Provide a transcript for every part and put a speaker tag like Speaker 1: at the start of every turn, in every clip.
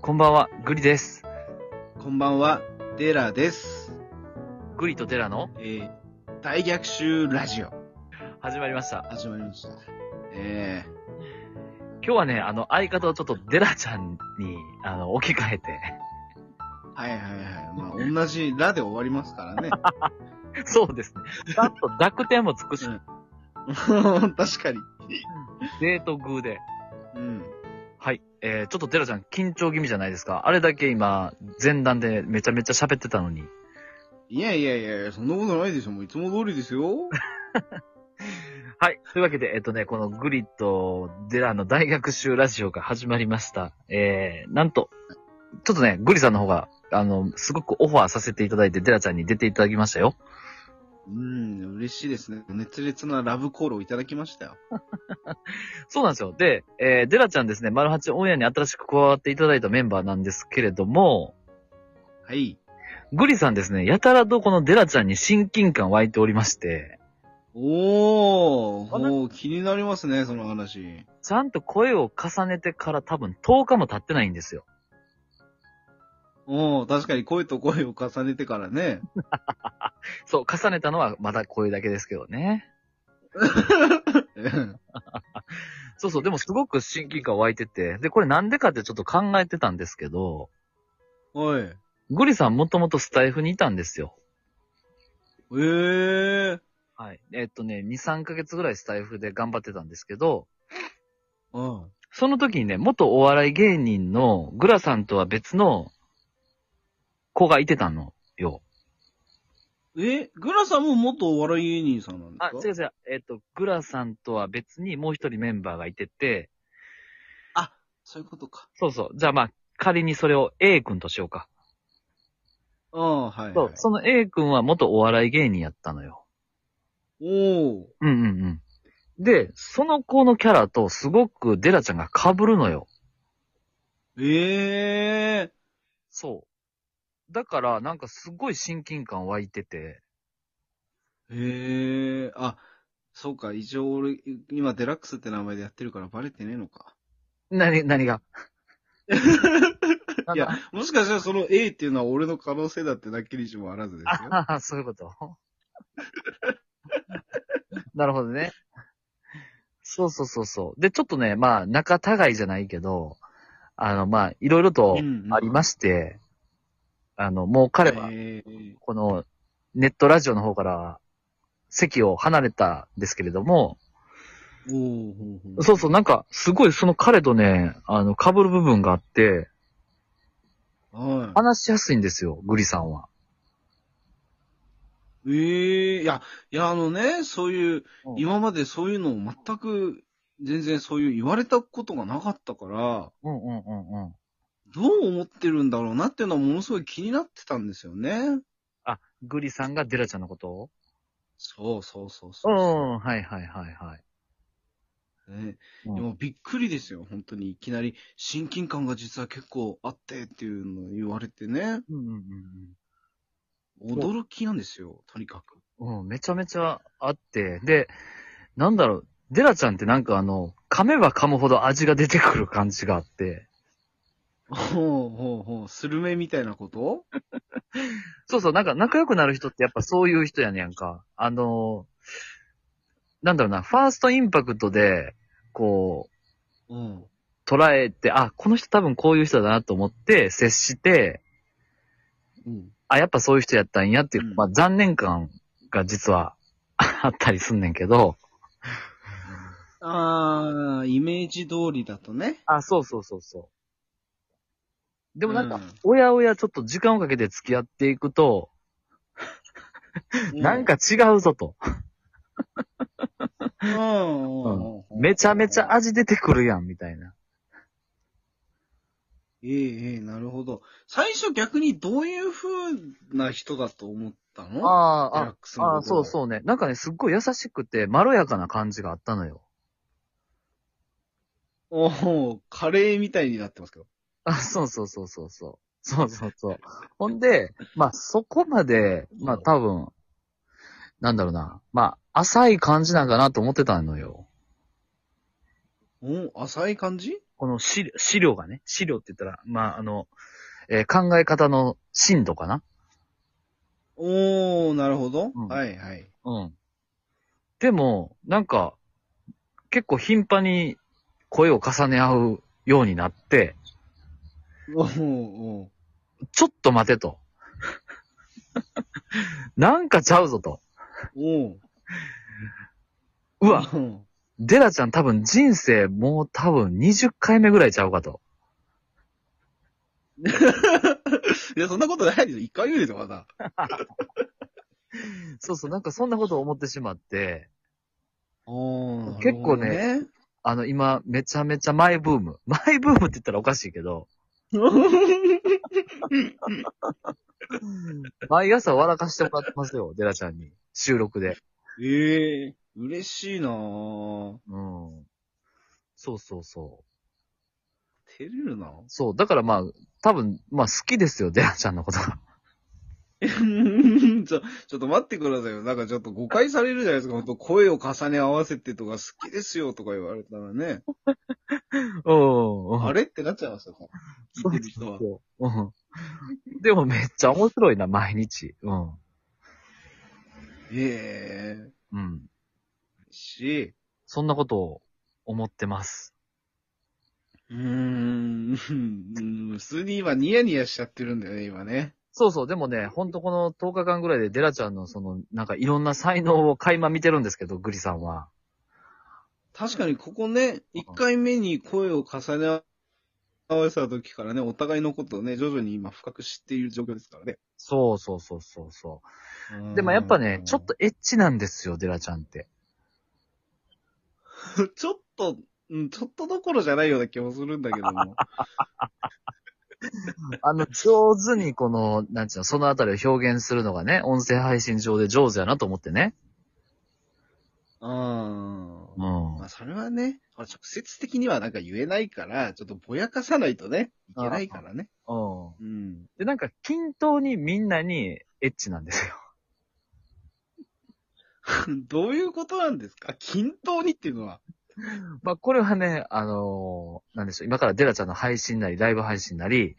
Speaker 1: こんばんは、グリです。
Speaker 2: こんばんは、デラです。
Speaker 1: グリとデラの
Speaker 2: えー、大逆襲ラジオ、
Speaker 1: 始まりました。
Speaker 2: 始まりました。え
Speaker 1: 今日はね、あの、相方をちょっとデラちゃんに、あの、置き換えて。
Speaker 2: ー、はいはいはい。まあ、同じラで終わりますから ね。
Speaker 1: そうですね。 ちゃんと濁点もつくし
Speaker 2: う、ん確かに。
Speaker 1: デートグーで。
Speaker 2: うん。
Speaker 1: はい。えー、ちょっとデラちゃん緊張気味じゃないですか。あれだけ今、前段でめちゃめちゃ喋ってたのに。
Speaker 2: いやいやいやいや、そんなことないでしょ。もういつも通りですよ。
Speaker 1: はい。というわけで、えっとね、このグリとデラの大学習ラジオが始まりました。えー、なんと、ちょっとね、グリさんの方が、あの、すごくオファーさせていただいて、デラちゃんに出ていただきましたよ。
Speaker 2: うん、嬉しいですね。熱烈なラブコールをいただきましたよ。
Speaker 1: そうなんですよ。で、えーデラちゃんですね、マルハチオンエアに新しく加わっていただいたメンバーなんですけれども、
Speaker 2: はい。
Speaker 1: グリさんですね、やたらとこのデラちゃんに親近感湧いておりまして、
Speaker 2: お
Speaker 1: あな
Speaker 2: ー、もう気になりますね、その話。
Speaker 1: ちゃんと声を重ねてから多分10日も経ってないんですよ。
Speaker 2: おー、確かに声と声を重ねてから ね。
Speaker 1: そう、重ねたのはまだ声だけですけどね。
Speaker 2: うん
Speaker 1: そうそう、でもすごく親近感湧いてて、で、これなんでかってちょっと考えてたんですけど、
Speaker 2: おい。え
Speaker 1: グリさんもともとスタイフにいたんですよ。
Speaker 2: えー。
Speaker 1: はい。えっとね、2、3ヶ月ぐらいスタイフで頑張ってたんですけど、
Speaker 2: うん。
Speaker 1: その時にね、元お笑い芸人のグラさんとは別の子がいてたのよ。
Speaker 2: え、グラさんも元お笑い芸人さんなんですか
Speaker 1: あ、違う違う。えっ、と、グラさんとは別にもう一人メンバーがいてて、
Speaker 2: そういうことか。
Speaker 1: そうそう。じゃあまあ、仮にそれを A 君としようか。
Speaker 2: ああ、はい、
Speaker 1: そ
Speaker 2: は
Speaker 1: う
Speaker 2: い。。
Speaker 1: その A 君は元お笑い芸人やったのよ。
Speaker 2: おお。
Speaker 1: うんうんうん。で、その子のキャラとすごくデラちゃんが被るのよ。
Speaker 2: ええ
Speaker 1: そう。だから、なんかすごい親近感湧いてて。
Speaker 2: ええあ、そうか、一応俺、今デラックスって名前でやってるからバレてねえのか。
Speaker 1: なに、何 が
Speaker 2: いや、もしかしたらその A っていうのは俺の可能性だってだけにしもあらずですよ。
Speaker 1: ああ、そういうこと。 なるほどね。そうそうそうそう。で、ちょっとね、まあ、仲違いじゃないけど、あの、まあ、いろいろと
Speaker 2: うんうん
Speaker 1: ありまして、あの、もう彼は、
Speaker 2: ええ
Speaker 1: この、ネットラジオの方から、席を離れたんですけれども、
Speaker 2: おおほうほう
Speaker 1: そうそう、なんか、すごいその彼とね、あの、被る部分があって、
Speaker 2: は
Speaker 1: 話しやすいんですよ、グリさんは。
Speaker 2: い。ええいや、いや、あのね、そういう
Speaker 1: うん、
Speaker 2: 今までそういうのを全く、全然そういう言われたことがなかったから、
Speaker 1: うんうんうんうん。
Speaker 2: どう思ってるんだろうなっていうのはものすごい気になってたんですよね。
Speaker 1: あ、グリさんがデラちゃんのことを
Speaker 2: そうそうそう
Speaker 1: う
Speaker 2: そ
Speaker 1: ん、はいはいはいはい。
Speaker 2: う。ね、
Speaker 1: うん
Speaker 2: でもびっくりですよ、本当に。いきなり親近感が実は結構あってっていうのを言われてね。
Speaker 1: うんうん
Speaker 2: 驚きなんですよ、とにかく。
Speaker 1: うんうん。うん、めちゃめちゃあって。で、なんだろう、デラちゃんってなんかあの、噛めば噛むほど味が出てくる感じがあって。
Speaker 2: ほうほうほう、スルメみたいなこと
Speaker 1: そうそう、なんか仲良くなる人ってやっぱそういう人やねやんか。あの、なんだろうな、ファーストインパクトで、こう、
Speaker 2: うん。
Speaker 1: 捉えて、あ、この人多分こういう人だなと思って接して、
Speaker 2: うん。
Speaker 1: あ、やっぱそういう人やったんやっていう、
Speaker 2: うん
Speaker 1: まあ残念感が実はあったりすんねんけど。
Speaker 2: あー、イメージ通りだとね。
Speaker 1: あ、そうそうそうそう。でもなん
Speaker 2: う
Speaker 1: か
Speaker 2: ん、
Speaker 1: おやおやちょっと時間をかけて付き合っていくと、なんか違うぞと。
Speaker 2: うん、うんうんうん
Speaker 1: めちゃめちゃ味出てくるやん、みたいな。
Speaker 2: ええええなるほど。最初逆にどういう風な人だと思ったのデラッ
Speaker 1: あ
Speaker 2: クス
Speaker 1: あ、
Speaker 2: の
Speaker 1: あ
Speaker 2: こ
Speaker 1: あ、
Speaker 2: と
Speaker 1: そ
Speaker 2: を
Speaker 1: うそうね。なんかね、すっごい優しくて、まろやかな感じがあったの よ。
Speaker 2: おお、カレーみたいになってますけど。
Speaker 1: あ、そうそうそうそうそう。そうそうそう。ほんで、まあそこまで、まあ多分、なんだろうな。まあ、浅い感じなんかなと思ってたのよ。
Speaker 2: お浅い感じ
Speaker 1: この資料資料がね、資料って言ったら、まあ、あの、えー考え方の深度かな
Speaker 2: おー、なるほど。
Speaker 1: うん
Speaker 2: はいはい。
Speaker 1: うん。でも、なんか、結構頻繁に声を重ね合うようになって、
Speaker 2: おーお
Speaker 1: ちょっと待てと。 なんかちゃうぞと。
Speaker 2: ーおー。
Speaker 1: うわ、
Speaker 2: わ。
Speaker 1: デラちゃん多分人生もう多分20回目ぐらいちゃうかと。
Speaker 2: いや、そんなことないですよ。一回言うでしょ、まだ。
Speaker 1: そうそう、なんかそんなことを思ってしまって、
Speaker 2: お
Speaker 1: 結構ね。あの今めちゃめちゃマイブーム。マイブームって言ったらおかしいけど、毎朝笑かしてもらってますよ、デラちゃんに。収録で。
Speaker 2: ええ嬉しいなぁ。
Speaker 1: うん。そうそうそう。
Speaker 2: 照れるなぁ。
Speaker 1: そう、だからまあ、多分、まあ好きですよ、デラちゃんのことが。
Speaker 2: ちょ、ちょっと待ってくださいよ。なんかちょっと誤解されるじゃないですか。本当声を重ね合わせてとか好きですよとか言われたらね。
Speaker 1: うん
Speaker 2: あ
Speaker 1: れ
Speaker 2: れってなっちゃいますよ。聞いてる人は。
Speaker 1: そううん。でもめっちゃ面白いな、毎日。うん。
Speaker 2: ええ
Speaker 1: うん。
Speaker 2: 嬉し
Speaker 1: そんなことを思ってます。
Speaker 2: い。うーん。 うん普通に今ニヤニヤしちゃってるんだよね、今ね。
Speaker 1: そうそう、でもね、ほんとこの10日間ぐらいでデラちゃんのその、なんかいろんな才能を垣間見てるんですけど、グリさんは。
Speaker 2: 確かにここね、一回目に声を重ね合わせた時からね、お互いのことをね、徐々に今深く知っている状況ですからね。
Speaker 1: そうそうそうそうそう。でもやっぱね、ちょっとエッチなんですよ、デラちゃんって。
Speaker 2: ちょっと、うん、ちょっとどころじゃないような気もするんだけど も。
Speaker 1: あの、上手にこの、なんちゅうの、そのあたりを表現するのがね、音声配信上で上手やなと思ってね。
Speaker 2: あ
Speaker 1: う
Speaker 2: あ。
Speaker 1: ん
Speaker 2: ま。あ、それはね、ほら直接的にはなんか言えないから、ちょっとぼやかさないとね、いけないからね。
Speaker 1: うん。
Speaker 2: うん。
Speaker 1: で、なんか均等にみんなにエッチなんですよ。
Speaker 2: どういうことなんですか均等にっていうのは。
Speaker 1: まあ、これはね、あのーなんでしょう、今からデラちゃんの配信なり、ライブ配信なり、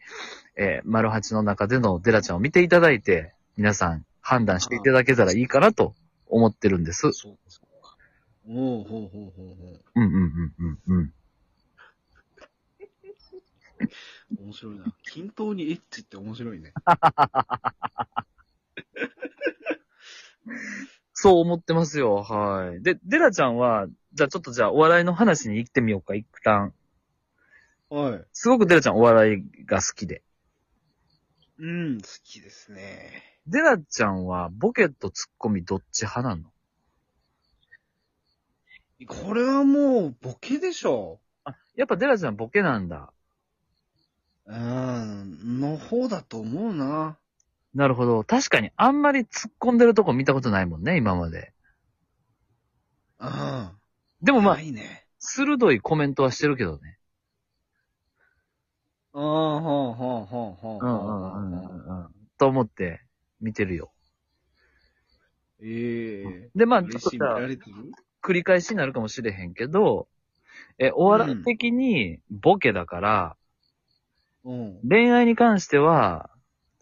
Speaker 1: えー、マルハチの中でのデラちゃんを見ていただいて、皆さん判断していただけたらいいかなと思ってるんです。
Speaker 2: そうか、そうか。おうほうほうほうほ
Speaker 1: うんうんうんうんうん。
Speaker 2: う。面白いな。均等にエッチって面白いね。
Speaker 1: そう思ってますよ、はい。で、デラちゃんは、じゃあちょっとじゃあお笑いの話に行ってみようか、一旦。
Speaker 2: はい。
Speaker 1: すごくデラちゃんお笑いが好きで。
Speaker 2: うん、好きですね。
Speaker 1: デラちゃんはボケとツッコミどっち派なの
Speaker 2: これはもう、ボケでしょ。
Speaker 1: あ、やっぱデラちゃんボケなんだ。
Speaker 2: うん、の方だと思うな。
Speaker 1: なるほど。確かに、あんまり突っ込んでるとこ見たことないもんね、今まで。
Speaker 2: うん。
Speaker 1: でもまあ、
Speaker 2: いね。
Speaker 1: 鋭いコメントはしてるけどね。
Speaker 2: ああ、ほうほうほうほう。
Speaker 1: うん。と思って、見てるよ。
Speaker 2: ええ
Speaker 1: で、まあ、ちょ
Speaker 2: 嬉
Speaker 1: っと
Speaker 2: しい、見ら
Speaker 1: さ、
Speaker 2: れてる
Speaker 1: 繰り返しになるかもしれへんけど、え、お笑い的にボケだから、
Speaker 2: うん。
Speaker 1: 恋愛に関しては、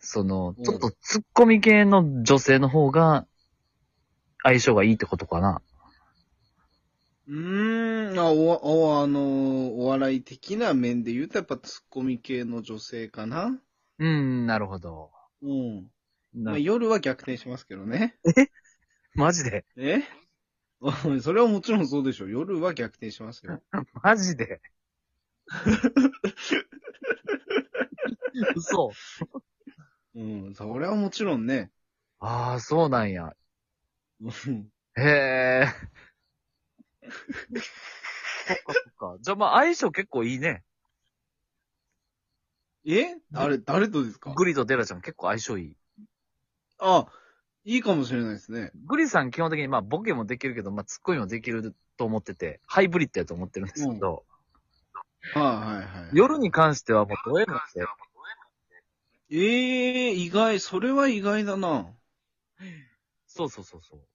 Speaker 1: その、ちょっと突っ込み系の女性の方が、相性がいいってことかな。
Speaker 2: うーん、あ、おわ、お、あのー、お笑い的な面で言うと、やっぱツッコミ系の女性かな
Speaker 1: うん、なるほど。
Speaker 2: うん。
Speaker 1: な
Speaker 2: まあ、夜は逆転しますけどね。
Speaker 1: マジで
Speaker 2: え それはもちろんそうでしょ。夜は逆転しますよ。
Speaker 1: マジで 嘘。
Speaker 2: うん、それはもちろんね。
Speaker 1: ああ、そうなんや。
Speaker 2: うん
Speaker 1: へえ。そっかそっか。じゃあまあ相性結構いいね。
Speaker 2: え誰、誰とですか
Speaker 1: グリとデラちゃん結構相性いい。
Speaker 2: あ、いいかもしれないですね。
Speaker 1: グリさん基本的にまあボケもできるけど、まあツッコミもできると思ってて、ハイブリッドやと思ってるんですけど、
Speaker 2: はいはいはい。
Speaker 1: 夜に関してはもうどうやって、
Speaker 2: ええ意外、それは意外だな。
Speaker 1: そうそうそうそう。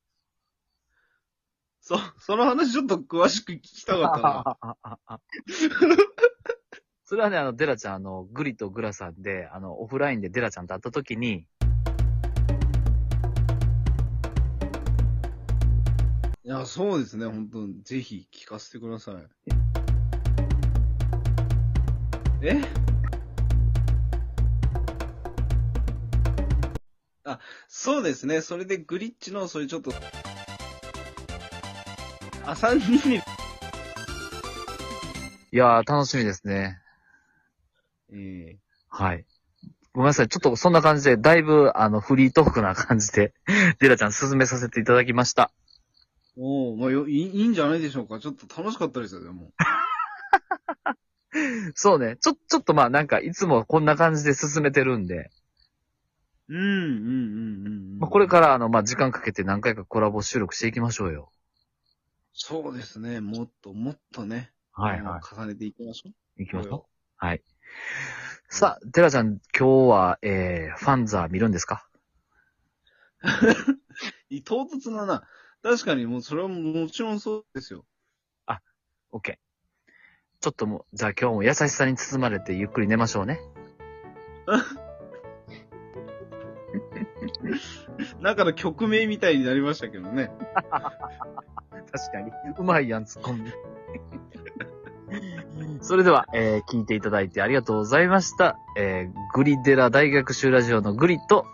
Speaker 2: そ、その話ちょっと詳しく聞きたかったな。
Speaker 1: ああああれはね、あの、デラちゃん、あの、グリとグラさんで、あの、オフラインでデラちゃんと会った時に、
Speaker 2: いや、そうですね、本当に。ぜひ聞かせてください。えあ、そうですね。それでグリッチの、それちょっと、あ、3人に、
Speaker 1: いやー、楽しみですね。
Speaker 2: ええ
Speaker 1: はい。ごめんなさい。ちょっとそんな感じで、だいぶ、あの、フリートークな感じで、 デラちゃん進めさせていただきました。
Speaker 2: おおまあよいい、いいんじゃないでしょうか。ちょっと楽しかったですよ、でも。
Speaker 1: そうね。ちょ、ちょっとまあなんか、いつもこんな感じで進めてるんで、
Speaker 2: うん、うん、うん、うん。
Speaker 1: まあこれから、あの、まあ時間かけて何回かコラボ収録していきましょうよ。
Speaker 2: そうですね。もっともっとね。あの重ねていきましょう。
Speaker 1: い。行きましょう。はい。さあ、デラちゃん、今日は、えー、ファンザー見るんですか
Speaker 2: い唐突なな。確かにもうそれはもうもちろんそうですよ。
Speaker 1: ?OK。ちょっともう、じゃあ今日も優しさに包まれてゆっくり寝ましょうね。
Speaker 2: なんかの曲名みたいになりましたけどね。
Speaker 1: 確かに。うまいやん、ツッコミ。 それでは、えー聞いていただいてありがとうございました。えーグリデラ大学習ラジオのグリと、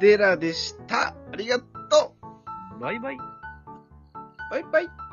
Speaker 2: デラでした。ありがとう。
Speaker 1: バイバイ。
Speaker 2: バイバイ。